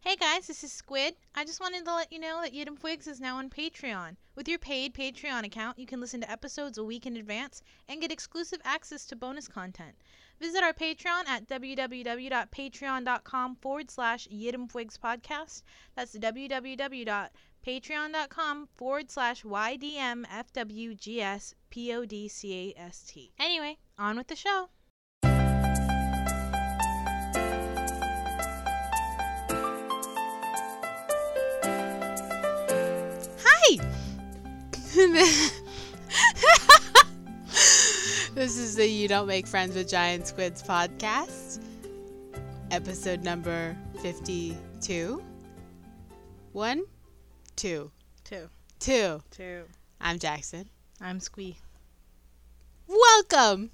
Hey guys, this is Squid. I just wanted to let you know that Yidam Twigs is now on Patreon. With your paid Patreon account, you can listen to episodes a week in advance and get exclusive access to bonus content. Visit our Patreon at www.patreon.com forward slash Twigs podcast. That's www.patreon.com forward slash YDMFWGSPODCAST. Anyway, on with the show. Hi! This is the You Don't Make Friends with Giant Squids podcast, episode number 52. One, two, Two. two. Two. I'm Jackson. I'm Squee. Welcome.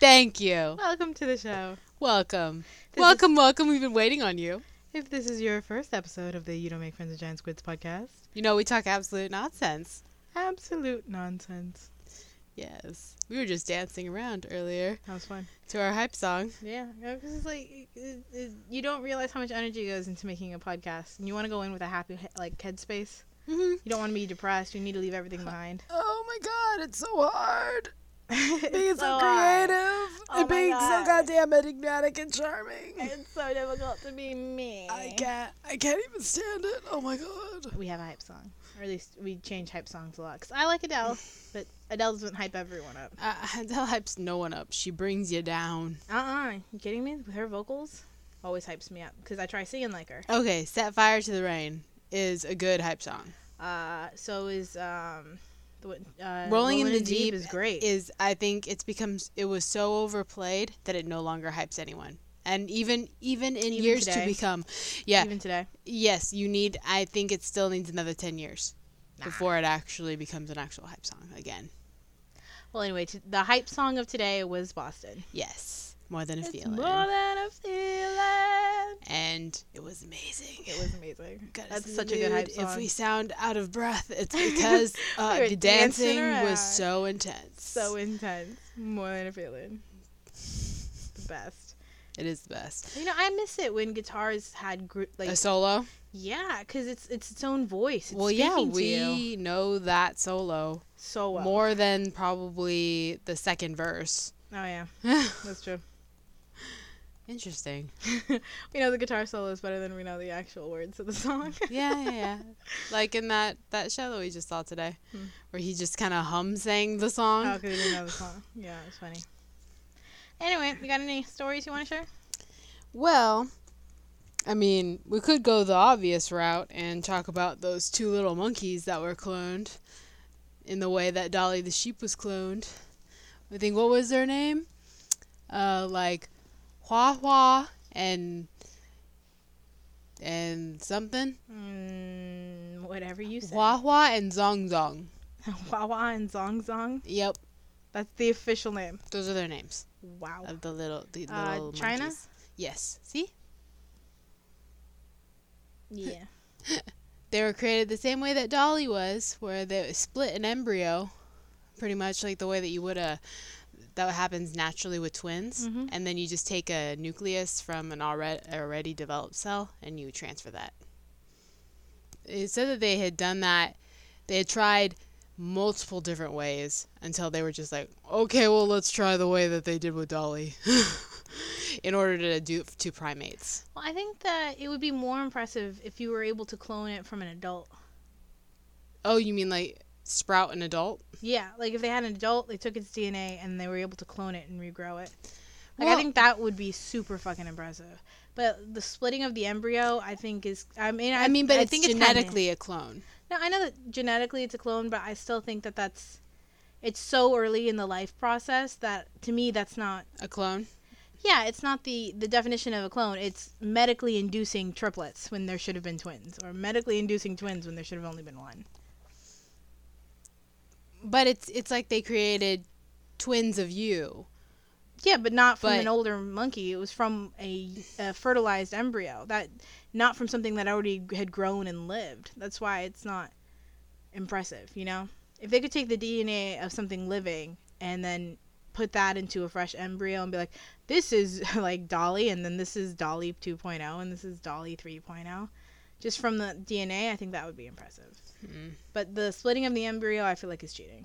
Thank you. Welcome to the show. Welcome. This welcome, welcome. We've been waiting on you. If this is your first episode of the You Don't Make Friends with Giant Squids podcast, You know, we talk absolute nonsense. absolute nonsense. Yes. We were just dancing around earlier That was fun. to our hype song. Yeah, because it's like it- it- it- you don't realize how much energy goes into making a podcast, and you want to go in with a happy he- like headspace. Mhm. You don't want to be depressed. You need to leave everything behind. Oh my god, it's so hard. it's being so, hard. creative Oh my and being God. so goddamn enigmatic and charming. It's so difficult to be me. I can't. I can't even stand it. Oh my god. We have a hype song, or at least we change hype songs a lot. Cause I like Adele, but Adele doesn't hype everyone up. Uh, Adele hypes no one up. She brings you down. Uh uh you kidding me? With her vocals, always hypes me up because I try singing like her. Okay, "Set Fire to the Rain" is a good hype song. Uh, so is um, the, one- uh, Rolling in the Deep is great. Is I think it's becomes it was so overplayed that it no longer hypes anyone. And even even in Even years today. to become, yeah, even today. yes, you need. I think it still needs another ten years Nah. before it actually becomes an actual hype song again. Well, anyway, t- the hype song of today was Boston. Yes, more than a It's feeling. more than a feeling. and it was amazing. It was amazing. Got us That's in the such a good hype mood. song. If we sound out of breath, it's because uh, were the dancing dancing around. was so intense. so intense. More than a feeling. The best. it is the best. You know, I miss it when guitars had group like a solo. yeah, because it's it's its own voice. It's Well, yeah, speaking to you we know that solo so well. more than probably the second verse. Oh yeah, that's true. Interesting. We know the guitar solos better than we know the actual words of the song. Yeah, yeah, yeah. like in that that show that we just saw today, Hmm. where he just kind of hum sang the song. Oh, 'cause we didn't know the song. Yeah, it's funny. Anyway, you got any stories you want to share? Well, I mean, we could go the obvious route and talk about those two little monkeys that were cloned in the way that Dolly the sheep was cloned. I think what was their name? Uh like Hua Hua and and something. Mm, whatever you say. Hua Hua and Zong Zong. Wawa and Zong Zong. Yep, That's the official name. those are their names Wow. of the little the Uh, little China? monkeys. Yes. See? Yeah. they were created the same way that Dolly was, where they split an embryo, pretty much like the way that you would a that happens naturally with twins, Mhm. and then you just take a nucleus from an already already developed cell and you transfer that. It said that they had done that. They had tried multiple different ways until they were just like, okay, well, let's try the way that they did with Dolly, in order to do it to primates. Well, I think that it would be more impressive if you were able to clone it from an adult. Oh, you mean like sprout an adult? Yeah, like if they had an adult, they took its DNA and they were able to clone it and regrow it. Like I Well- think that would be super fucking impressive. But the splitting of the embryo, I think is I mean I, I mean, but I it's think it's genetically a clone. No, I know that genetically it's a clone, but I still think that that's it's so early in the life process that to me that's not A clone. yeah, it's not the the definition of a clone. It's medically inducing triplets when there should have been twins or medically inducing twins when there should have only been one. But it's it's like they created twins of you. Yeah, but not from But- an older monkey. It was from a, a fertilized embryo. That not from something that already had grown and lived. That's why it's not impressive, you know? If they could take the DNA of something living and then put that into a fresh embryo and be like, this is like Dolly, and then this is Dolly 2.0, and this is Dolly 3.0. Just from the DNA, I think that would be impressive. Mm. But the splitting of the embryo, I feel like is cheating.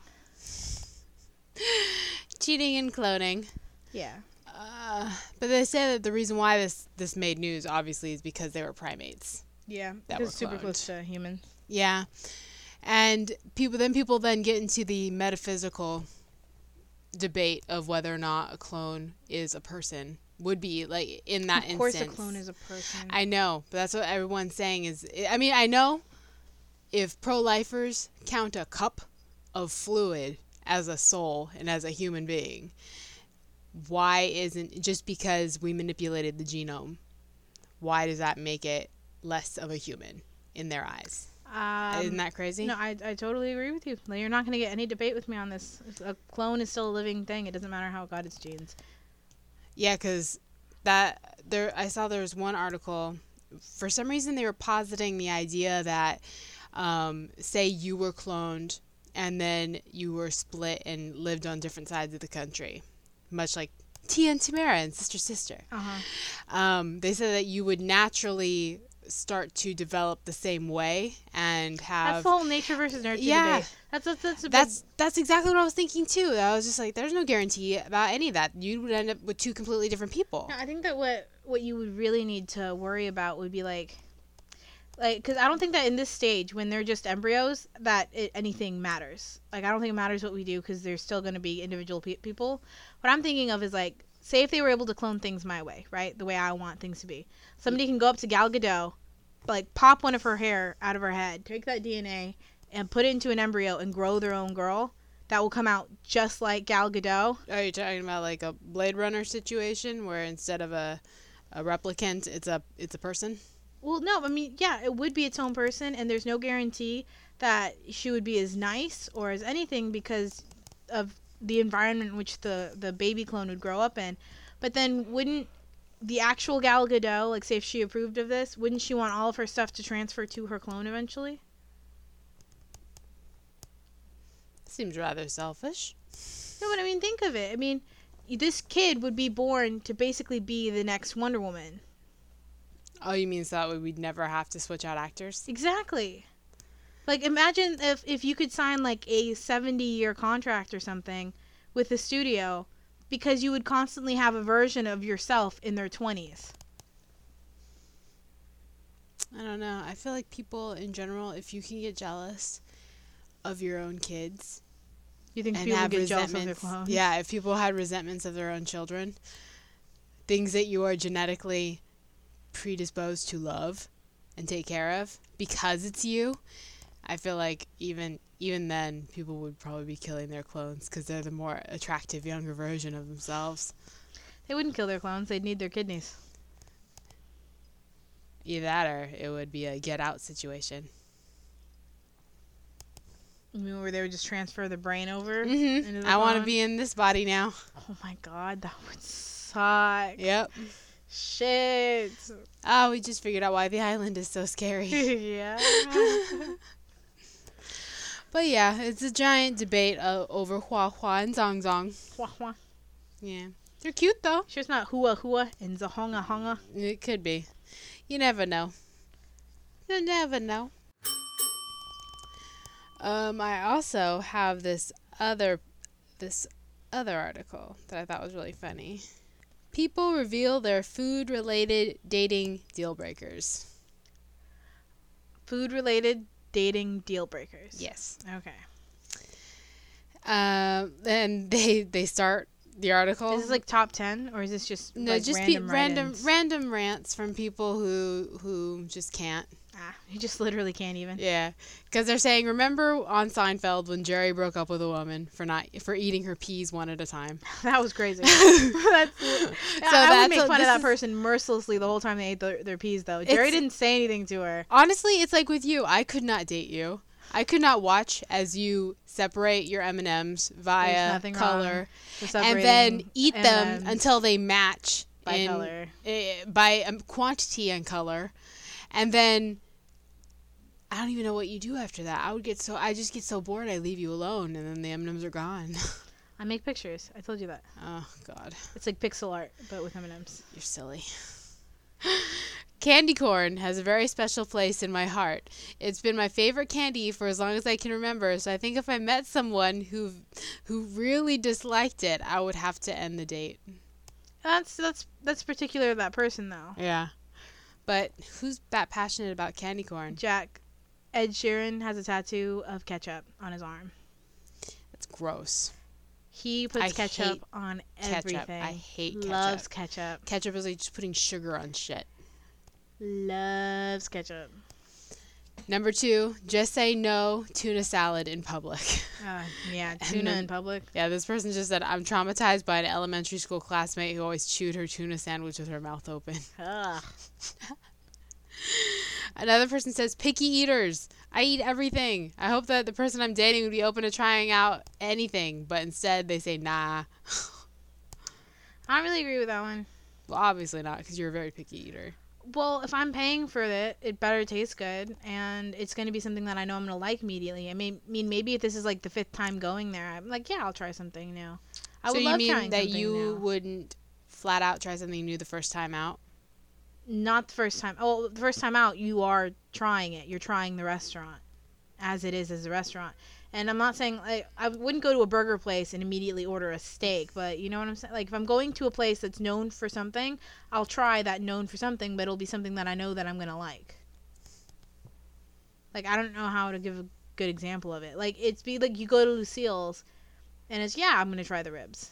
Cheating and cloning. Yeah. Uh, but they say that the reason why this this made news obviously is because they were primates. Yeah. That Because were super cloned. close to humans. Yeah. And people then people then get into the metaphysical debate of whether or not a clone is a person would be like in that of course, instance. a clone is a person. I know, but that's what everyone's saying is I mean, I know if pro-lifers count a cup of fluid as a soul and as a human being, why isn't just because we manipulated the genome, why does that make it less of a human in their eyes? Um, Isn't that crazy? No, I, I totally agree with you. Like, you're not going to get any debate with me on this. A clone is still a living thing. It doesn't matter how it got its genes. Yeah, because that there, I saw there was one article. For some reason, they were positing the idea that, um, say, you were cloned and then you were split and lived on different sides of the country, much like Tia and Tamara and Sister Sister. Uh-huh. Um, they said that you would naturally start to develop the same way and That's have. the whole nature versus nurture Yeah. debate. That's that's that's, a big- That's that's exactly what I was thinking too. I was just like, there's no guarantee about any of that. You would end up with two completely different people. No, I think that what what you would really need to worry about would be like, like because I don't think that in this stage when they're just embryos that it, anything matters. Like I don't think it matters what we do because there's still going to be individual pe- people. What I'm thinking of is like, say if they were able to clone things my way, right, the way I want things to be. Somebody can go up to Gal Gadot, like pop one of her hair out of her head, take that DNA and put it into an embryo and grow their own girl. That will come out just like Gal Gadot. Are you talking about like a Blade Runner situation where instead of a a replicant, it's a it's a person? Well, no, I mean, yeah, it would be its own person, and there's no guarantee that she would be as nice or as anything because of the environment in which the the baby clone would grow up in. But then, wouldn't the actual Gal Gadot, like, say if she approved of this, wouldn't she want all of her stuff to transfer to her clone eventually? Seems rather selfish. No, but I mean, think of it. I mean, this kid would be born to basically be the next Wonder Woman. Oh, you mean so that way we'd never have to switch out actors? Exactly. Like imagine if if you could sign like a 70 year contract or something with the studio because you would constantly have a version of yourself in their 20s. I don't know. I feel like people in general, if you can get jealous of your own kids You think and people have would get jealous of their resentments, clones? yeah, if people had resentments of their own children, things that you are genetically predisposed to love and take care of because it's you. I feel like even even then, people would probably be killing their clones because they're the more attractive younger version of themselves. They wouldn't kill their clones, they'd need their kidneys. Either that, or it would be a get out situation. You mean where they would just transfer the brain over? Into hmm the I want to clone? be in this body now. Oh my god, that would suck. Yep. Shit. Oh, we just figured out why the island is so scary. yeah. but yeah, it's a giant debate uh, over Hua Hua and Zong Zong. Wah, wah. Yeah, they're cute though. Sure, it's not hua hua and zahonga honga. It could be. You never know. You never know. Um, I also have this other this other article that I thought was really funny. People reveal their food related dating deal breakers. Food related dating deal breakers. Yes. Okay. Um, and they they start the article. Is this like top ten, or is this just no, like, just random be random write-ins? random rants from people who who just can't. Ah, you just literally can't even. Yeah, because they're saying, remember on Seinfeld when Jerry broke up with a woman for not for eating her peas one at a time? That was crazy. that's, I, I that's would make what fun of this that is- person mercilessly the whole time they ate their, their peas, though. It's- Jerry didn't say anything to her. Honestly, it's like with you. I could not date you. I could not watch as you separate your M and M's via nothing color for and then separating eat them M&Ms until they match by in- color. eh, by um, quantity and color, and then. I don't even know what you do after that. I would get so I just get so bored. I leave you alone, and then the M&Ms are gone. I make pictures. I told you that. Oh God, It's like pixel art, but with M&Ms. you're silly. Candy corn has a very special place in my heart. It's been my favorite candy for as long as I can remember, so I think if I met someone who who really disliked it, I would have to end the date. That's that's that's particular to that person though. Yeah. But who's that passionate about candy corn? Jack Ed Sheeran has a tattoo of ketchup on his arm. That's gross. He puts I hate ketchup on everything. Ketchup. I hate ketchup. Loves ketchup. ketchup is like just putting sugar on shit. Loves ketchup. Number two, just say no tuna salad in public. Uh, yeah, And tuna then- in public. yeah, this person just said, I'm traumatized by an elementary school classmate who always chewed her tuna sandwich with her mouth open. Ugh. Another person says, picky eaters. I eat everything. I hope that the person I'm dating would be open to trying out anything, but instead they say, nah. I don't really agree with that one. Well, obviously not, because you're a very picky eater. Well, if I'm paying for it, it better taste good, and it's going to be something that I know I'm going to like immediately. I mean, mean, maybe if this is like the fifth time going there, I'm like, yeah, I'll try something new. I so would you love mean trying that something you new. wouldn't flat out try something new the first time out? Not the first time. Oh, the first time out, you are trying it. You're trying the restaurant as it is as a restaurant. And I'm not saying like I wouldn't go to a burger place and immediately order a steak, but you know what I'm saying? Like if I'm going to a place that's known for something, I'll try that known for something, but it'll be something that I know that I'm going to like. Like I don't know how to give a good example of it. Like it's be like you go to Lucille's and it's yeah, I'm going to try the ribs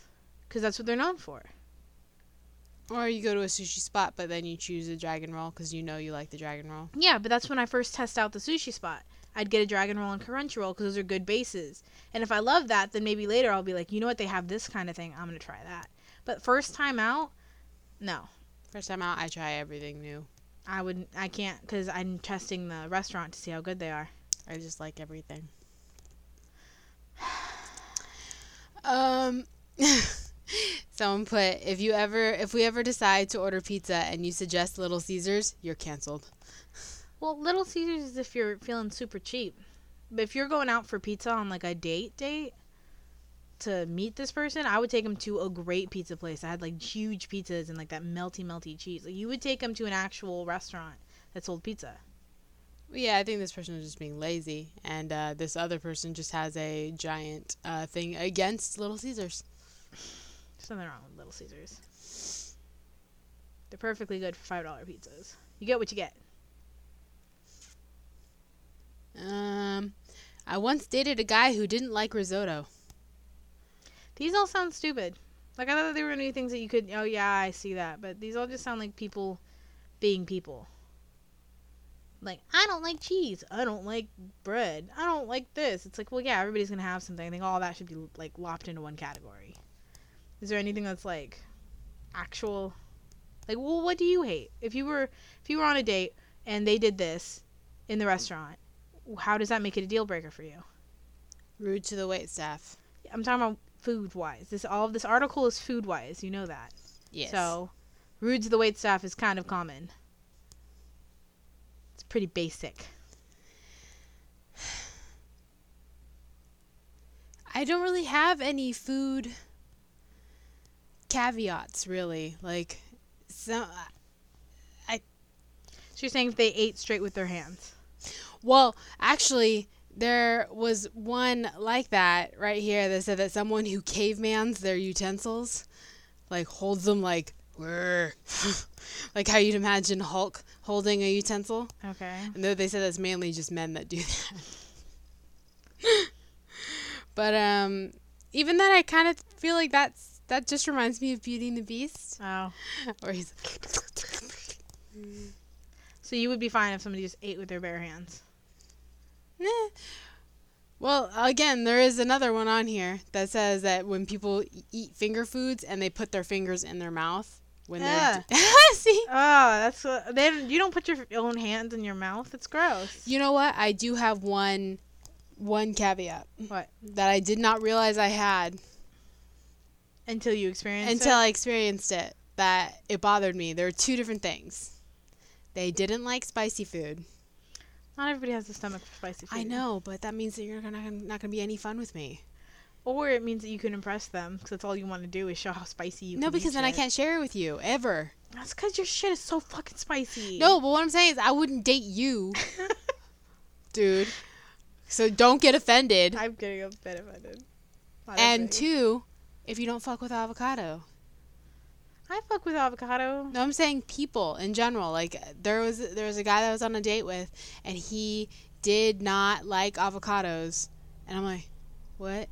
cuz that's what they're known for. Or you go to a sushi spot, but then you choose a dragon roll because you know you like the dragon roll. Yeah, but that's when I first test out the sushi spot. I'd get a dragon roll and crunchyroll because those are good bases. And if I love that, then maybe later I'll be like, you know what, they have this kind of thing. I'm gonna try that. But first time out, no, First time out, I try everything new. I wouldn't. I can't because I'm testing the restaurant to see how good they are. I just like everything. Um, someone put if you ever if we ever decide to order pizza and you suggest Little Caesars, you're canceled. Well, Little Caesars is if you're feeling super cheap. But if you're going out for pizza on like a date date to meet this person, I would take them to a great pizza place. I had like huge pizzas and like that melty melty cheese. Like you would take them to an actual restaurant that sold pizza. Well, yeah, I think this person is just being lazy, and uh, this other person just has a giant uh, thing against Little Caesars. There's nothing wrong with Little Caesars. They're perfectly good for five dollar pizzas. You get what you get. Um, I once dated a guy who didn't like risotto. These all sound stupid. Like I thought they were gonna be things that you could. Oh yeah, I see that. But these all just sound like people being people. Like I don't like cheese. I don't like bread. I don't like this. It's like well yeah, everybody's gonna have something. I think all that should be like lopped into one category. Is there anything that's like actual? Like well, what do you hate? If you were if you were on a date and they did this in the restaurant, how does that make it a deal breaker for you? Rude to the wait staff. I'm talking about food wise. This all of this article is food wise. You know that. Yes. So, rude to the wait staff is kind of common. It's pretty basic. I don't really have any food caveats really. Like so So you're saying if they ate straight with their hands? well, actually there was one like that right here that said that someone who cavemans their utensils like holds them like "Grr." like how you'd imagine Hulk holding a utensil. Okay. And though they said that's mainly just men that do that. but um even that I kind of feel like that's that just reminds me of Beauty and the Beast. Oh. Or he's So you would be fine if somebody just ate with their bare hands. "Nah." Well, again, there is another one on here that says that when people e- eat finger foods and they put their fingers in their mouth when they're see. Oh, that's what, then you don't put your own hands in your mouth. It's gross. You know what? I do have one one caveat What? that I did not realize I had Until you experience until it. I experienced it that it bothered me. There are two different things. They didn't like spicy food. Not everybody has the stomach for spicy food. I know, but that means that you're not gonna, not going to be any fun with me. Or it means that you can impress them because that's all you want to do is show how spicy you. can No, eat because then I shit. can't share it with you ever. That's because your shit is so fucking spicy. No, but what I'm saying is I wouldn't date you, dude. So don't get offended. I'm getting a bit offended. Not and offended. two, if you don't fuck with avocado. I fuck with avocado. No, I'm saying people in general. Like there was there was a guy that I was on a date with, and he did not like avocados, and I'm like, what?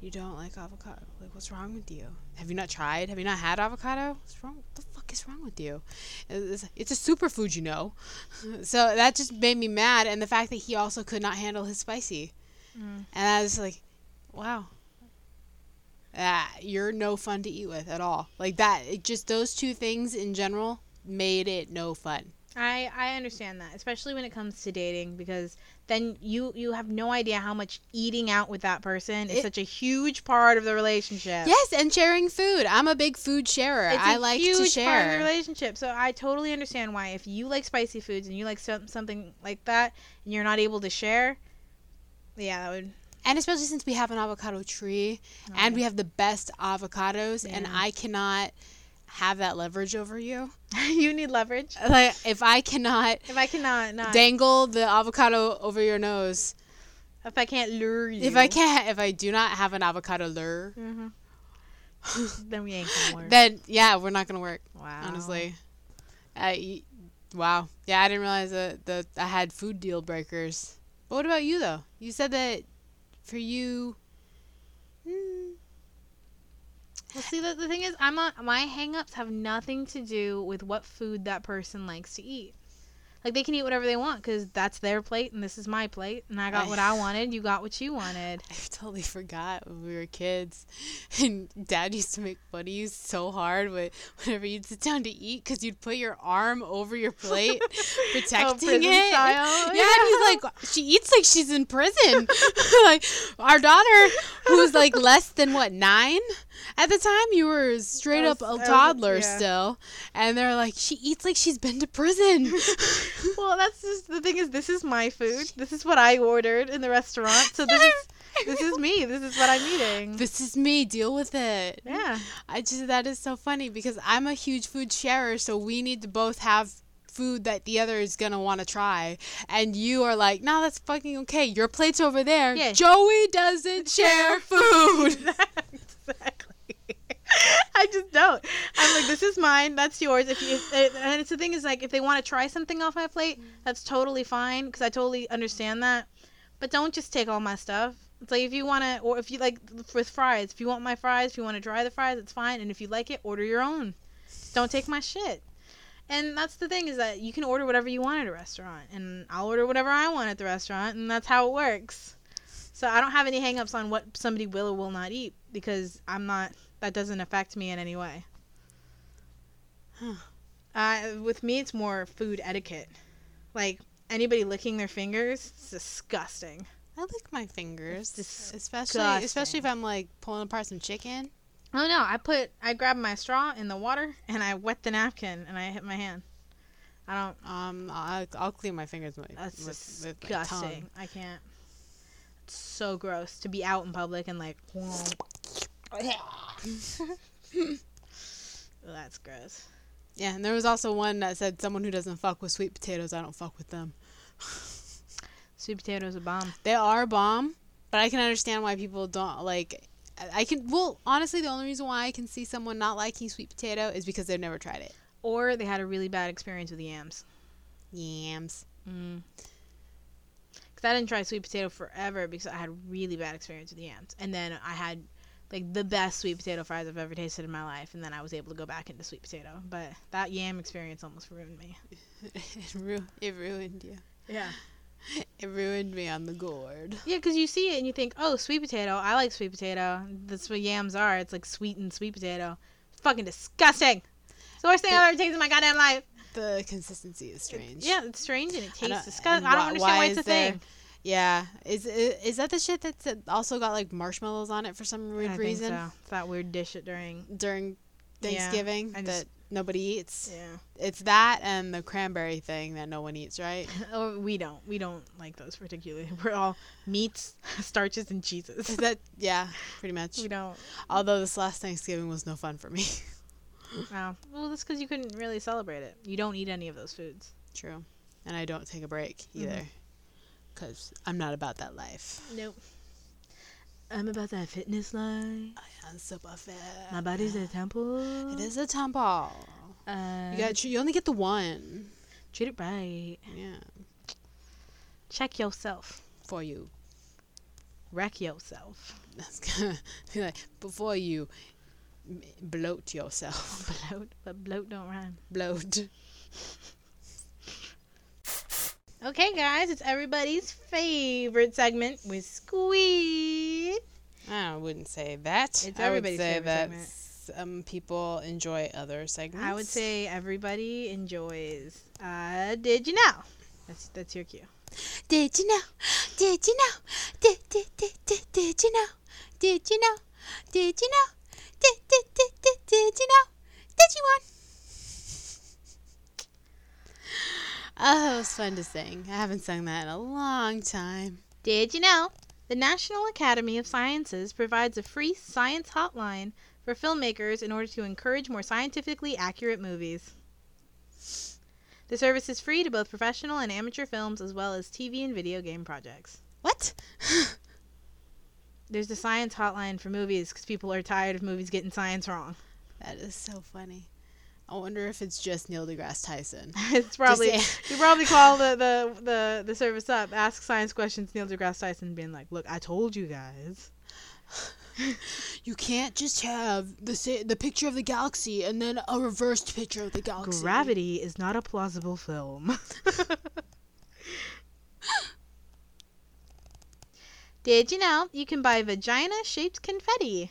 You don't like avocado? Like what's wrong with you? Have you not tried? Have you not had avocado? What's wrong? What the fuck is wrong with you? It's, it's a superfood, you know. so that just made me mad, and the fact that he also could not handle his spicy, Mm. and I was like, wow. Ah, you're no fun to eat with at all. Like that, it just those two things in general made it no fun. I I understand that, especially when it comes to dating, because then you you have no idea how much eating out with that person is It- such a huge part of the relationship. Yes, and sharing food. I'm a big food sharer. It's I a like huge to part of the share. relationship. So I totally understand why if you like spicy foods and you like some, something like that and you're not able to share, yeah, that would. And especially since we have an avocado tree and we have the best avocados, and Yeah. I cannot have that leverage over you. you need leverage. Like if I cannot If I cannot not dangle the avocado over your nose, if I can't lure you. if I can't, if I do not have an avocado lure, Mhm. Mm-hmm. then we ain't gonna work. then yeah, we're not gonna work. wow. honestly. I, wow. Yeah, I didn't realize that, that I had food deal breakers. But what about you, though? You said that for you. Mm, Well, see, the, the thing is, I'm a, my hangups have nothing to do with what food that person likes to eat. Like they can eat whatever they want because that's their plate and this is my plate and I got I- what I wanted. You got what you wanted. I totally forgot when we were kids. And dad used to make fun of you so hard with whenever you'd sit down to eat because you'd put your arm over your plate, protecting Oh, prison it. style? Yeah, and he's like, she eats like she's in prison. like, our daughter, who's like less than what, nine? At the time, you were straight I up was- I a was- toddler yeah. still. And they're like, she eats like she's been to prison. Well, that's just the thing is this is my food. This is what I ordered in the restaurant. So this is this is me. This is what I'm eating. this is me, deal with it. yeah. I just that is so funny because I'm a huge food sharer, so we need to both have food that the other is gonna want to try, and you are like, no, that's fucking okay. Your plate's over there. Yeah. Joey doesn't share food. exactly. I just don't. I'm like, this is mine. That's yours. If you, if, and it's the thing is like, if they want to try something off my plate, that's totally fine because I totally understand that. But don't just take all my stuff. It's like if you want to, or if you like with fries, if you want my fries, if you want to try the fries, it's fine. And if you like it, order your own. Just don't take my shit. And that's the thing is that you can order whatever you want at a restaurant, and I'll order whatever I want at the restaurant, and that's how it works. So I don't have any hangups on what somebody will or will not eat because I'm not. That doesn't affect me in any way. Huh. Uh, with me, it's more food etiquette. Like anybody licking their fingers, it's disgusting. I lick my fingers, It's especially especially if I'm like pulling apart some chicken. Oh no! I put I grab my straw in the water and I wet the napkin and I hit my hand. I don't. Um, I'll, I'll clean my fingers with, That's with, with my disgusting. tongue. I can't. It's so gross to be out in public and like. That's gross. Yeah, and there was also one that said, "Someone who doesn't fuck with sweet potatoes, I don't fuck with them." Sweet potatoes a bomb. They are a bomb, but I can understand why people don't like. I- I can well, honestly, the only reason why I can see someone not liking sweet potato is because they've never tried it. Or they had a really bad experience with yams. Yams. Mm. Cause I didn't try sweet potato forever because I had really bad experience with yams, and then I had like the best sweet potato fries I've ever tasted in my life, and then I was able to go back into sweet potato. But that yam experience almost ruined me. It, ru- it ruined you. Yeah. It ruined me on the gourd. Yeah, because you see it and you think, oh, sweet potato. I like sweet potato. That's what yams are. It's like sweetened sweet potato. Fucking disgusting. It's the worst thing I've ever tasted in my goddamn life. The consistency is strange. Yeah, it's strange and it I don't- tastes disgusting. I and don't wh- understand why, it's a is there- thing. Yeah, is i- is that the shit that's also got like marshmallows on it for some I weird think reason so. It's that weird dish at during during Yeah, Thanksgiving? I just that nobody eats. Yeah. It's that and the cranberry thing that no one eats, right? Oh, we don't. We don't like those particularly. We're all meats, starches, and Is cheeses. that yeah, pretty much. We don't. Although this last Thanksgiving was no fun for me. Oh. Well, that's because you couldn't really celebrate it. You don't eat any of those foods. True. Mm-hmm. And I don't take a break either. Cuz I'm not about that life. Nope. I'm about that fitness line. I am super fat. My body's a temple. It is a temple. Uh, You got to- you only get the one. treat it right. Yeah. Check yourself. For you. Wreck yourself. That's gonna be like before you m- bloat yourself. Bloat, but bloat don't rhyme. bloat. Okay, guys, it's everybody's favorite segment with Squeed. I wouldn't say that. It's I would everybody's say favorite that segment. some people enjoy other segments. I would say everybody enjoys. Uh, did you know? That's that's your cue. Did you know? Did you know? Did did did did, did you know? Did you know? Did you know? Did did did did, did you know? Did you want? Oh, that was fun to sing. I haven't sung that in a long time. Did you know? The National Academy of Sciences provides a free science hotline for filmmakers in order to encourage more scientifically accurate movies. The service is free to both professional and amateur films as well as TV and video game projects. What? There's the science hotline for movies because people are tired of movies getting science wrong. That is so funny. I wonder if it's just Neil deGrasse Tyson. it's probably say- you probably call the, the the the service up, ask science questions. Neil deGrasse Tyson being like, "Look, I told you guys." You can't just have the sa- the picture of the galaxy and then a reversed picture of the galaxy. Gravity is not a plausible film. Did you know you can buy vagina shaped confetti?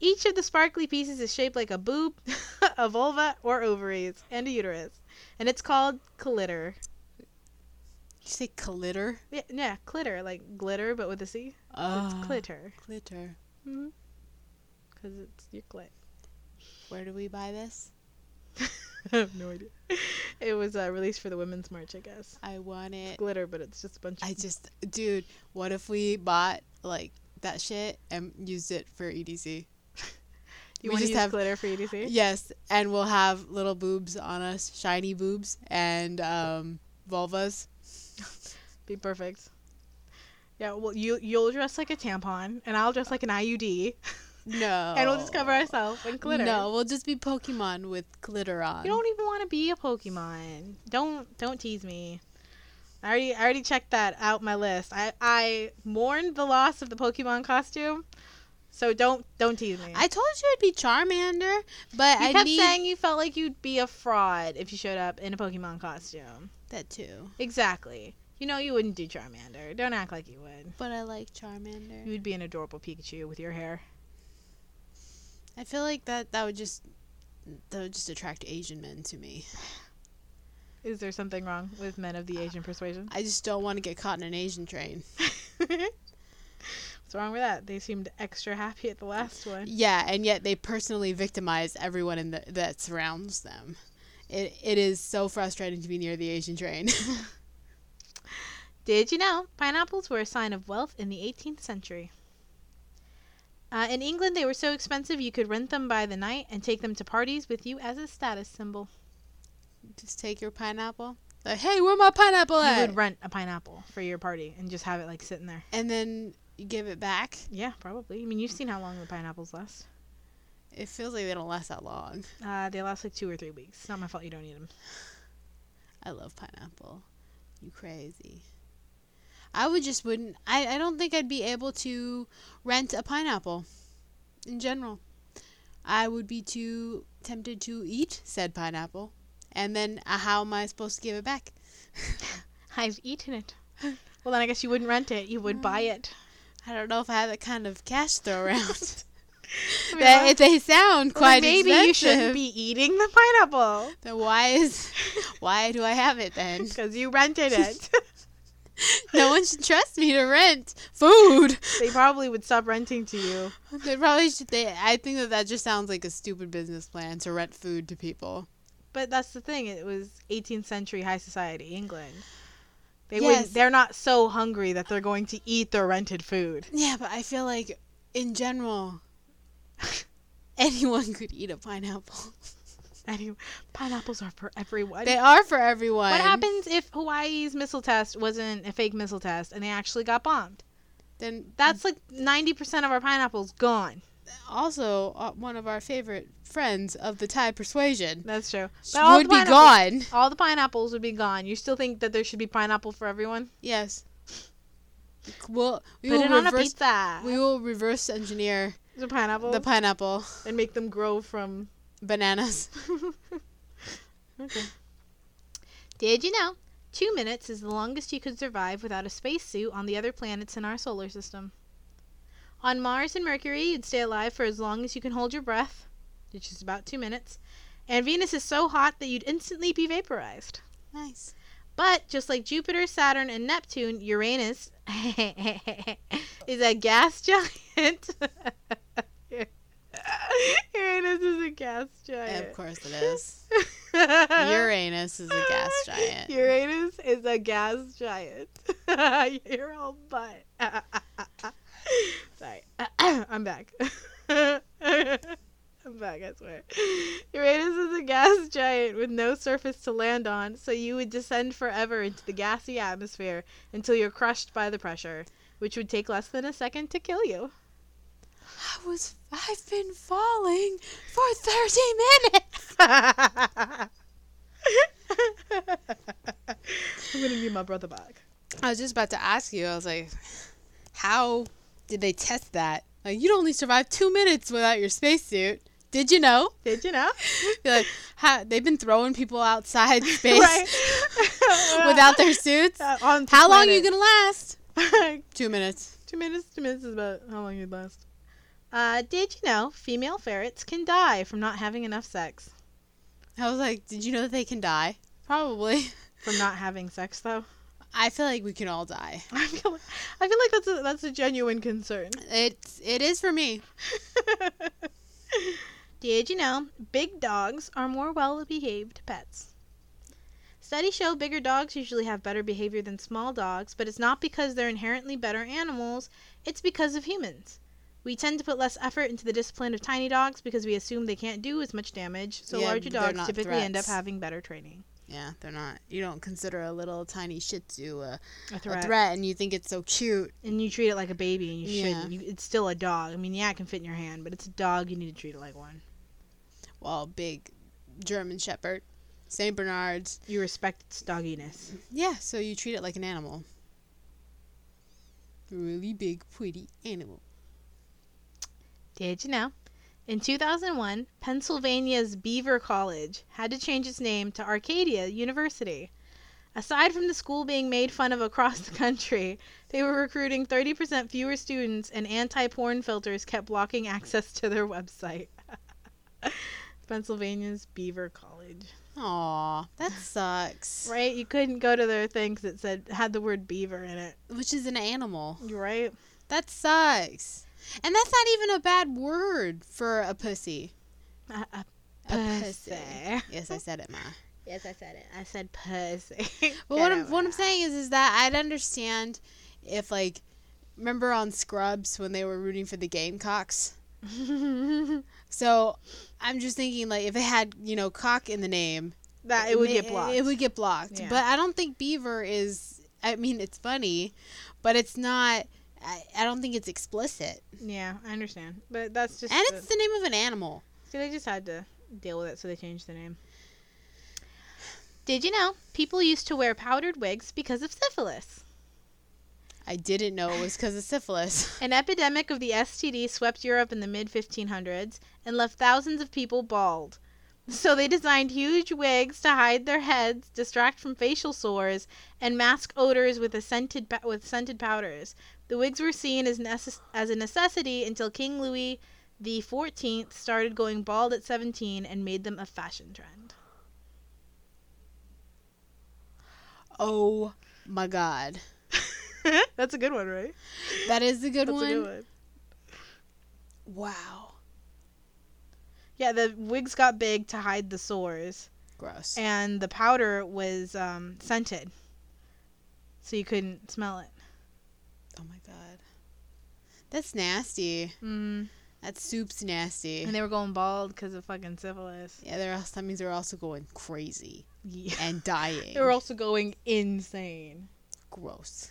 Each of the sparkly pieces is shaped like a boob, a vulva, or ovaries, and a uterus. And it's called clitter. Did you say clitter? Yeah, yeah clitter, like glitter, but with a C. Oh, it's clitter. clitter. Because it's your clit. Where do we buy this? I have no idea. It was uh, released for the Women's March, I guess. I want it. Glitter, but it's just a bunch of. I just, dude, what if we bought like that shit and used it for E EDC? you we want to just use have- glitter for EDC? Yes, and we'll have little boobs on us, shiny boobs and um, vulvas. Be perfect. Yeah, well, you you'll dress like a tampon, and I'll dress like an IUD, No, and we'll just cover ourselves in glitter. Oh. No, we'll just be Pokemon with glitter on. you don't even want to be a Pokemon. Don't don't tease me. I already I already checked that out my list. I I mourned the loss of the Pokemon costume, so don't don't tease me. I told you I'd be Charmander, but you I kept need saying you felt like you'd be a fraud if you showed up in a Pokemon costume. that too. Exactly. You know you wouldn't do Charmander. Don't act like you would. But I like Charmander. You would be an adorable Pikachu with your hair. I feel like that that would just that would just attract Asian men to me. Is there something wrong with men of the Asian persuasion? I just don't want to get caught in an Asian train. What's wrong with that? They seemed extra happy at the last one. Yeah, and yet they personally victimize everyone in the, that surrounds them. It it is so frustrating to be near the Asian train. Did you know pineapples were a sign of wealth in the 18th century? Uh, in England, they were so expensive you could rent them by the night and take them to parties with you as a status symbol. just take your pineapple. Like, hey, where my pineapple You at? would rent a pineapple for your party and just have it like sitting there. and then you give it back. Yeah, probably. I mean, you've seen how long the pineapples last. It feels like they don't last that long. Uh, they last like two or three weeks. It's not my fault you don't eat them. I love pineapple. You crazy. I would just wouldn't I, I don't think I'd be able to rent a pineapple in general. I would be too tempted to eat said pineapple. And then uh, how am I supposed to give it back? I've eaten it. Well, then I guess you wouldn't rent it. You would buy it. I don't know if I have that kind of cash throw around. I mean, they, why- they sound well, then Mm. quite maybe expensive. you shouldn't be eating the pineapple Then why is why do I have it then? because you rented it. no one should trust me to rent food. They probably would stop renting to you. They probably should. They, I think that that just sounds like a stupid business plan to rent food to people. But that's the thing. It was 18th century high society England. They Yes. wouldn't, they're not so hungry that they're going to eat their rented food. Yeah, but I feel like in general, anyone could eat a pineapple. Anyway, pineapples are for everyone. They are for everyone. what happens if Hawaii's missile test wasn't a fake missile test and they actually got bombed? Then That's like 90% of our pineapples gone. also uh, one of our favorite friends of the Thai persuasion That's true. all the would be pineapples- gone. All the pineapples would be gone. You still think that there should be pineapple for everyone? Yes. We'll, we Put will it on a reverse, pizza. we will reverse engineer the pineapple the pineapple and make them grow from. bananas. Okay. Did you know? Two minutes is the longest you could survive without a spacesuit on the other planets in our solar system. On Mars and Mercury, you'd stay alive for as long as you can hold your breath, which is about two minutes. And Venus is so hot that you'd instantly be vaporized. Nice. But just like Jupiter, Saturn, and Neptune, Uranus is a gas giant. Uranus is a gas Of giant. course it is. Uranus is a gas giant. Uranus is a gas giant. You're all butt. Sorry. I'm back. I'm back, I swear. Uranus is a gas giant with no surface to land on, so you would descend forever into the gassy atmosphere until you're crushed by the pressure, which would take less than a second to kill you. I was I've been falling for 30 minutes. I'm gonna need my brother back. I was just about to ask you. I was like, how did they test that? Like you'd only survive 2 minutes without your spacesuit. Did you know? Did you know? You're like, how, they've been throwing people outside space right. without their suits. Uh, on to How long are you planet. going to last? two 2 minutes. minutes? Two minutes is about how long you'd last. Uh, did you know female ferrets can die from not having enough sex? I was like, did you know that they can die? Probably. From not having sex, though, I feel like we can all die. I feel like, I feel like that's a that's a genuine concern. It's it is for me. Did you know big dogs are more well behaved pets? Studies show bigger dogs usually have better behavior than small dogs, but it's not because they're inherently better animals, it's because of humans. We tend to put less effort into the discipline of tiny dogs because we assume they can't do as much damage, so Yeah, larger they're dogs not typically end up threats. having better training. Yeah, they're not. You don't consider a little tiny Shih Tzu a, A a threat. threat, and you think it's so cute. And you treat it like a baby and you Yeah. shouldn't. You, it's still a dog. I mean, yeah, it can fit in your hand, but it's a dog. You need to treat it like one. Well, big German Shepherd, Saint Bernards. You respect its dogginess. Yeah, so you treat it like an animal. Really big, pretty animal. Did you know? In 2001, Pennsylvania's Beaver College had to change its name to Arcadia University. Aside from the school being made fun of across the country, they were recruiting 30% fewer students and anti porn filters kept blocking access to their website. Pennsylvania's Beaver College. Aw, that sucks. Right? You couldn't go to their thing 'cause it said had the word beaver in it. Which is an animal. You're right. That sucks. And that's not even a bad word for a pussy. A- a A pussy. Yes, I said it, ma. Yes, I said it. I said pussy. But what I'm what I'm saying is is that I'd understand if like remember on Scrubs when they were rooting for the Gamecocks. saying. So I'm just thinking like if it had you know cock in the name, that Uh, it would ma- get blocked. It would get blocked. Yeah. But I don't think Beaver is. I mean, it's funny, but it's not. I, I don't think it's explicit. yeah, I understand, but that's just And the- it's the name of an animal. see, they just had to deal with it, so they changed the name. Did you know people used to wear powdered wigs because of syphilis? I didn't know it was because of syphilis. An epidemic of the STD swept Europe in the mid 1500s and left thousands of people bald. So they designed huge wigs to hide their heads, distract from facial sores, and mask odors with a scented pa- with scented powders. The wigs were seen as necess- as a necessity until King Louis the 14th started going bald at 17 and made them a fashion trend. Oh my god. That's a good one, right? That is the good That's one. a good one. Wow. Yeah, the wigs got big to hide the sores, Gross. and the powder was um, scented, so you couldn't smell it. oh my god. That's nasty. Mm. That soup's nasty. And they were going bald because of fucking syphilis. Yeah, their that means they're also going crazy Yeah. and dying. They were also going insane. gross.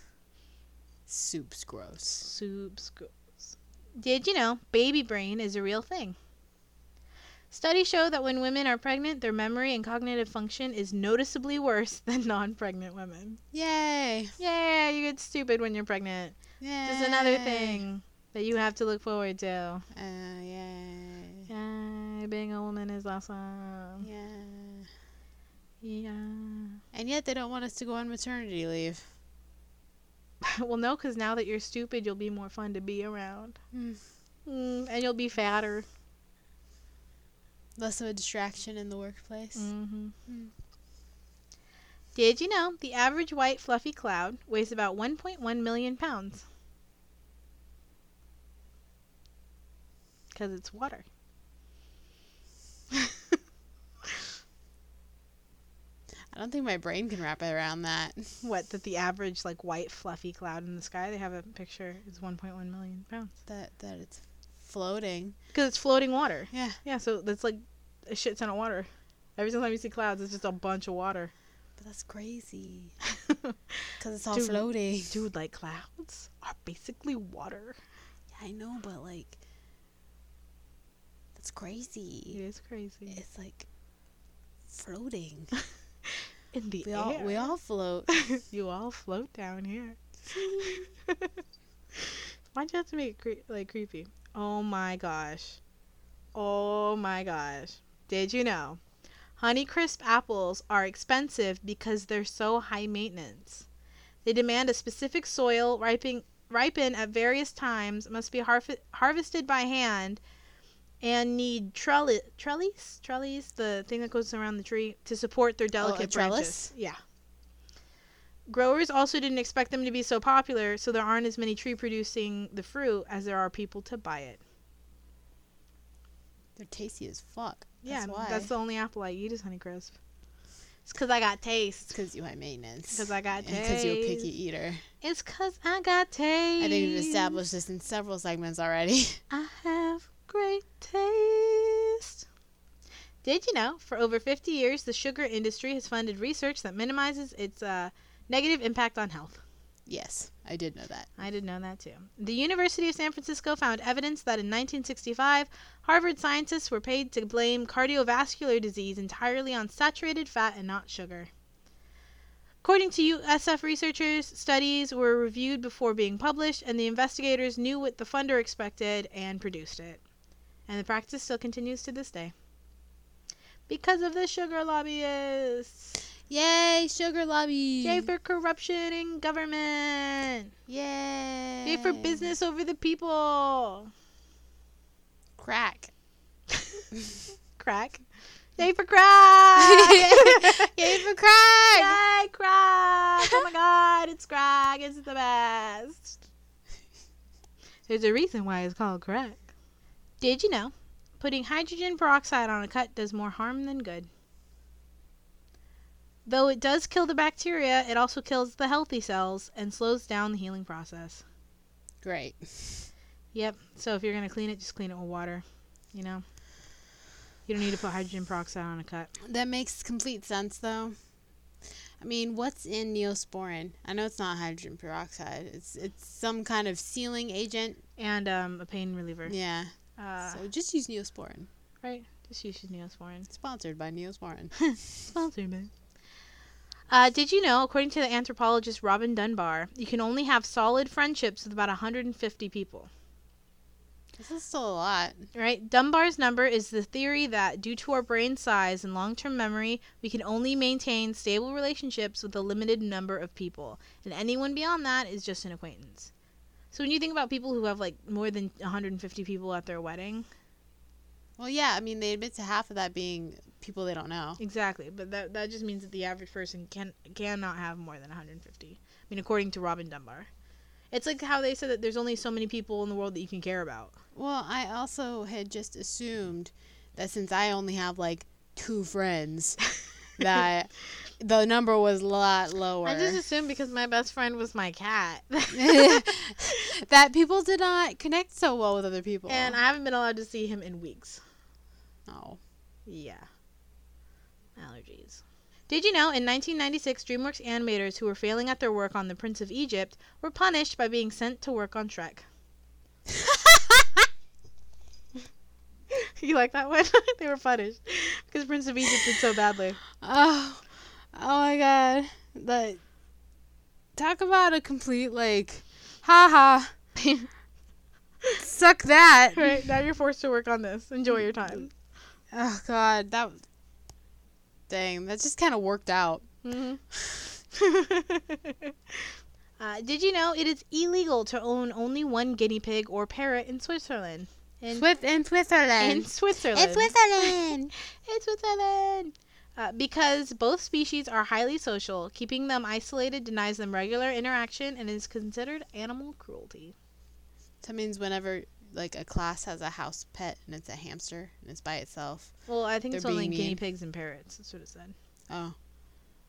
Soup's gross. Soups. goes. Did you know baby brain is a real thing? Studies show that when women are pregnant, their memory and cognitive function is noticeably worse than non pregnant women. Yay! Yeah, you get stupid when you're pregnant. Yay! Just another thing that you have to look forward to. Uh, yay! Yeah, being a woman is awesome. Yeah. Yeah. And yet they don't want us to go on maternity leave. well, no, because now that you're stupid, you'll be more fun to be around. Mm. Mm, and you'll be fatter. Less of a distraction in the workplace. Mm-hmm. Mm. Did you know the average white fluffy cloud weighs about 1.1 million pounds? Because it's water. I don't think my brain can wrap around that. What, that the average, like, white fluffy cloud in the sky, they have a picture, is 1.1 million pounds. That that it's floating. Because it's floating water. Yeah. Yeah, so that's like a shit ton of water. Every single time you see clouds, it's just a bunch of water. But that's crazy. Cause it's all Dude. floating. Dude, like, clouds are basically water. I know, but like, that's It crazy. is crazy. It's like floating. In the We air. all we all float. you all float down here. Why'd you have to make it cre- like creepy? Oh my gosh. Oh my gosh. Did you know? Honeycrisp apples are expensive because they're so high maintenance. They demand a specific soil, ripen, ripen at various times, must be harf- harvested by hand, and need trellis, trellis, trellis, the thing that goes around the tree, to support their delicate trellis? branches. Yeah. Growers also didn't expect them to be so popular, so there aren't as many tree producing the fruit as there are people to buy it. They're tasty as fuck. Yeah, that's why. that's the only apple I eat is Honeycrisp. It's 'cause I got taste. it's because you high maintenance. 'Cause I got Because you're a taste. picky eater. It's 'cause I got taste. I think we've established this in several segments already. I have great taste. Did you know, for over 50 years, the sugar industry has funded research that minimizes its uh, negative impact on health? yes, I did know that. I did know that too. The University of San Francisco found evidence that in 1965, Harvard scientists were paid to blame cardiovascular disease entirely on saturated fat and not sugar. According to USF researchers, studies were reviewed before being published, and the investigators knew what the funder expected and produced it. And the practice still continues to this day. Because of the sugar lobbyists! Yay, sugar lobby. Yay for corruption in government! Yay. Pay for business over the people. Crack. Crack. Yay for crack. Yay for crack. Yay, crack. Oh my god, it's crack. It's the best. There's a reason why it's called crack. Did you know? Putting hydrogen peroxide on a cut does more harm than good. Though it does kill the bacteria, it also kills the healthy cells and slows down the healing process. Great. Yep. So if you're gonna clean it, just clean it with water. You know. You don't need to put hydrogen peroxide on a cut. That makes complete sense, though. I mean, what's in neosporin? I know it's not hydrogen peroxide. It's it's some kind of sealing agent. And um, a pain reliever. Yeah. Uh, so just use neosporin. right. Just use your Neosporin. Sponsored by neosporin. Sponsored by. Uh, did you know, according to the anthropologist Robin Dunbar, you can only have solid friendships with about 150 people? this is still a lot. right? Dunbar's number is the theory that due to our brain size and long term memory, we can only maintain stable relationships with a limited number of people. And anyone beyond that is just an acquaintance. So when you think about people who have like more than 150 people at their wedding, Well, yeah. I mean, they admit to half of that being people they don't know. exactly, but that that just means that the average person can cannot have more than 150. I mean, according to Robin Dunbar. It's like how they said that there's only so many people in the world that you can care about. Well, I also had just assumed that since I only have like two friends, that the number was a lot lower. I just assumed because my best friend was my cat. that people did not connect so well with other people. and I haven't been allowed to see him in weeks. oh, Yeah. Allergies. Did you know in 1996, DreamWorks animators who were failing at their work on The Prince of Egypt were punished by being sent to work on Shrek? you like that one? they were punished because Prince of Egypt did so badly. oh, oh my God! That talk about a complete like, haha. Suck that. Right now, you're forced to work on this. Enjoy your time. Oh God, that. Dang, that just kind of worked out. Mm-hmm. uh, did you know it is illegal to own only one guinea pig or parrot in Switzerland? In, Swift in in Switzerland. Switzerland. Switzerland. in Switzerland. Uh, because both species are highly social, keeping them isolated denies them regular interaction and is considered animal cruelty. that means whenever like a class has a house pet and it's a hamster and it's by itself. Well, I think it's They're only being guinea mean. pigs and parrots. That's what it said. Oh,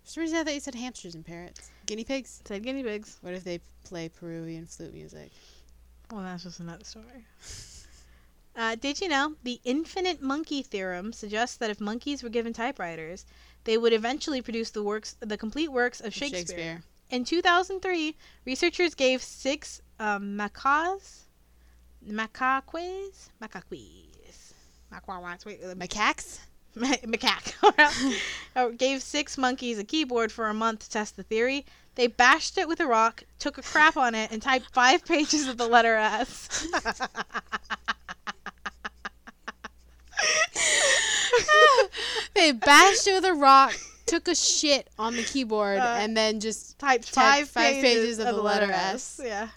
for some reason I thought you said hamsters and parrots. Guinea pigs. It said guinea pigs. What if they play Peruvian flute music? Well, that's just another story. Uh, did you know the infinite monkey theorem suggests that if monkeys were given typewriters, they would eventually produce the works, the complete works of Shakespeare. In 2003, researchers gave six um, macaws, macaques, macaques, macaques, wait, uh, Macaques. ma- macaque, Uh, gave six monkeys a keyboard for a month to test the theory. They bashed it with a rock, took a crap on it, and typed five pages of the letter S. they bashed it with a rock, took a shit on the keyboard, Uh, and then just typed Typed five, five pages, pages of, the letter, S. Yeah.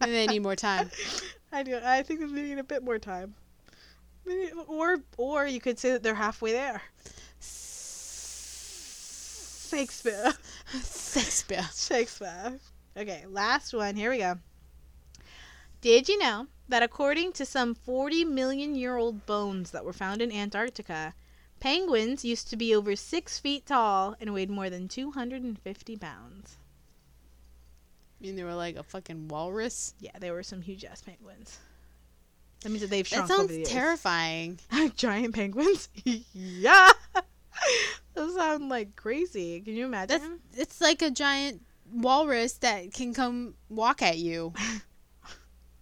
and they need more time. I do. I think they need a bit more time. Maybe- Or or you could say that they're halfway there. Shakespeare. Shakespeare. Shakespeare. Okay, last one. Here we go. Did you know that according to some 40 million year old bones that were found in Antarctica, penguins used to be over six feet tall and weighed more than 250 pounds? I mean, they were like a fucking walrus. Yeah, they were some huge ass penguins. That means that they've That shrunk over the sounds years. terrifying. giant penguins? yeah. Those sound like crazy. Can you imagine? That's it's like a giant walrus that can come walk at you.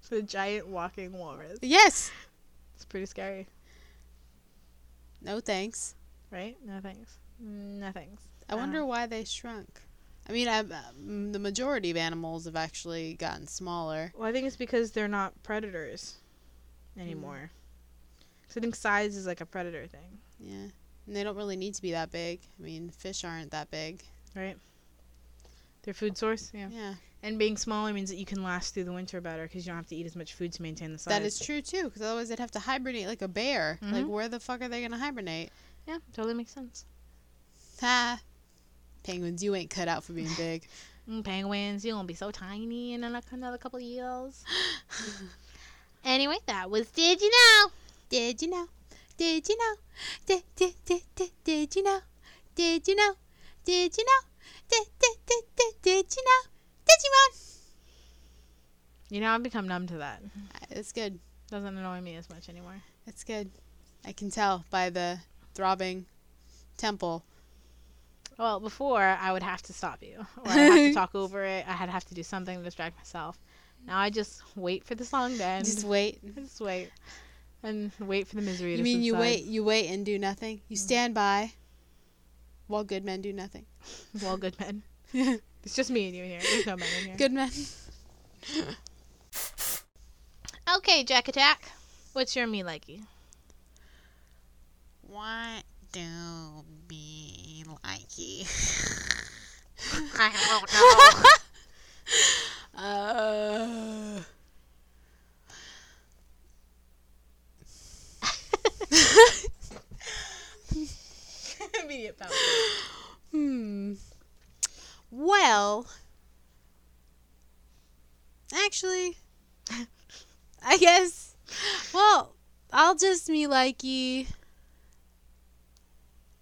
the giant walking walrus. Yes. It's pretty scary, No thanks. right? No thanks. No thanks. I wonder why they shrunk. I mean, I, the majority of animals have actually gotten smaller. Well, I think it's because they're not predators anymore. So I think size is like a predator thing, Yeah. And they don't really need to be that big. I mean, fish aren't that big. right? Their food source, yeah. Yeah. And being smaller means that you can last through the winter better because you don't have to eat as much food to maintain the size. That is true too, because otherwise they'd have to hibernate like a bear. Like, Mhm. where the fuck are they gonna hibernate? yeah, totally makes sense. Ha! Penguins, you ain't cut out for being big. Mm, penguins, you're gonna be so tiny in another, another couple of years. anyway, that was Did You Know? Did you know? Did you know? Did did did did, did you know? Did you know? Did you know? Did did did did, did you know? Digimon. You know, I've become numb to that. It's good. Doesn't annoy me as much anymore. It's good. I can tell by the throbbing temple. Well, before I would have to stop you, or I would have to talk over it. I had to have to do something to distract myself. Now I just wait for the song to end. Just wait. I just wait and wait for the misery. You to mean you subside. wait? You wait and do nothing. You stand by while good men do nothing. Well, good men. It's just me and you here. There's no men in here. Good men. Okay, Jack Attack. What's your me likey? What do be likey? I don't know. Uh, Immediate power. hmm. Well, actually, I guess. Well, I'll just me likey.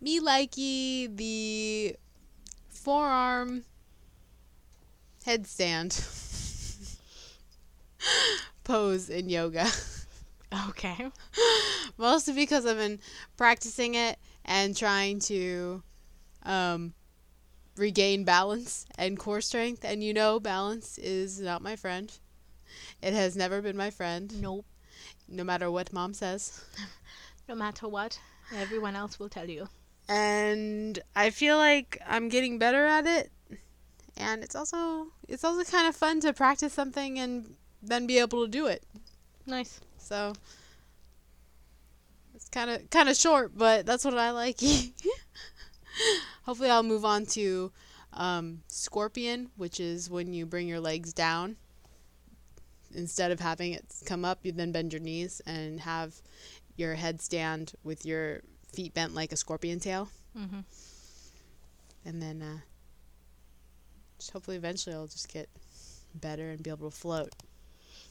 Me likey the forearm headstand pose in yoga. Okay. Mostly because I've been practicing it and trying to um, regain balance and core strength. And you know, balance is not my friend. It has never been my friend, Nope. no matter what mom says. No matter what, everyone else will tell you. And I feel like I'm getting better at it. And it's also it's also kind of fun to practice something and then be able to do it. Nice. So it's kind of kind of short, but that's what I like. Hopefully, I'll move on to um, scorpion, which is when you bring your legs down instead of having it come up. You then bend your knees and have your head stand with your feet bent like a scorpion tail, Mhm. and then uh, just hopefully eventually I'll just get better and be able to float.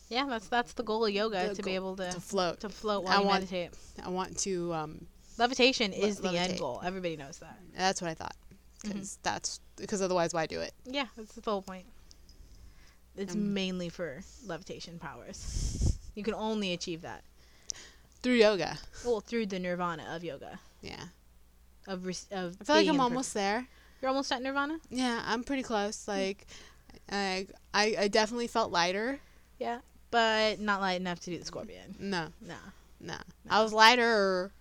Yeah, that's that's the goal of yoga The to be able to To float, to float I while you want- meditate. I want to um, Levitation Le- is the end levitate. goal. Everybody knows that. That's what I thought. Because that's because otherwise, why do it? Yeah, that's the whole point. It's Um, mainly for levitation powers. You can only achieve that Through yoga. well through the nirvana of yoga. Yeah, Of re- of I feel like being I'm in per- almost there. Mm. You're almost at nirvana. Yeah, I'm pretty close. Like, I, I, I definitely felt lighter. Yeah, but not light enough to do the scorpion. No, No. no, I was lighter,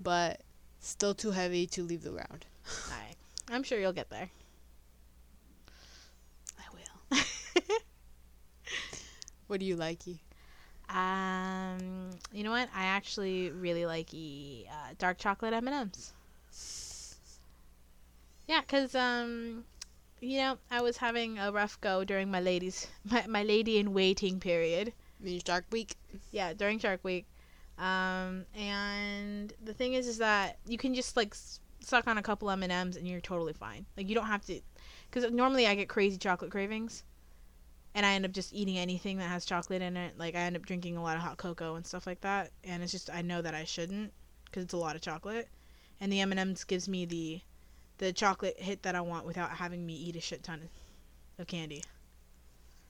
but still too heavy to leave the ground. All right. I'm sure you'll get there. I will. what do you likey? Um, you know what? I actually really like e uh, dark chocolate M and M's. Yeah, cause um, you know, I was having a rough go during my ladies my, my lady in waiting period. Means dark week. Yeah, during Shark Week. Um, and the thing is, is that you can just like s- suck on a couple M and M's and you're totally fine. Like you don't have to, because normally I get crazy chocolate cravings, and I end up just eating anything that has chocolate in it. Like I end up drinking a lot of hot cocoa and stuff like that. And it's just I know that I shouldn't, because it's a lot of chocolate, and the M and M's gives me the, the chocolate hit that I want without having me eat a shit ton of- of candy.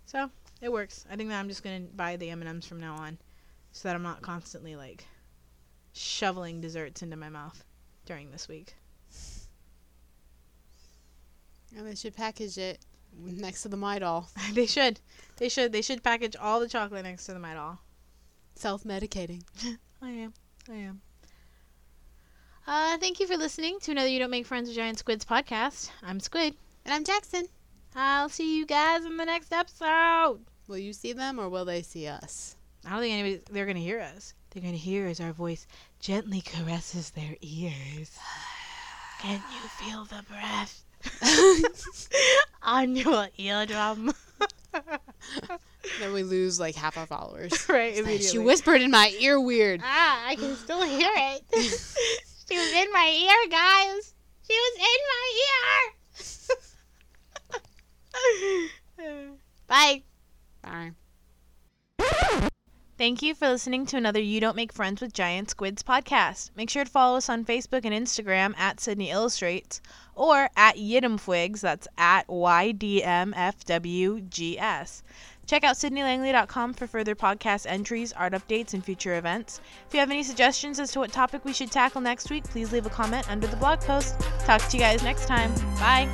So it works. I think that I'm just gonna buy the M and M's from now on so that I'm not constantly like shoveling desserts into my mouth during this week. And they should package it next to the my doll. they should. They should. They should package all the chocolate next to the all. Self medicating. I am. I am. Uh, thank you for listening to another You Don't Make Friends with Giant Squids podcast. I'm Squid. And I'm Jackson. I'll see you guys in the next episode. Will you see them or will they see us? I don't think anybody they're gonna hear us. They're gonna hear as our voice gently caresses their ears. Can you feel the breath on your eardrum? Then we lose like half our followers. right she immediately. whispered in my ear weird. Ah, I can still hear it. she was in my ear, guys. She was in my ear. Bye. Bye. Thank you for listening to another You Don't Make Friends with Giant Squids podcast. Make sure to follow us on Facebook and Instagram at Sydney Illustrates or at Yidimfwigs, that's at YDMFWGS. Check out sydneylangley.com for further podcast entries, art updates, and future events. If you have any suggestions as to what topic we should tackle next week, please leave a comment under the blog post. Talk to you guys next time. Bye.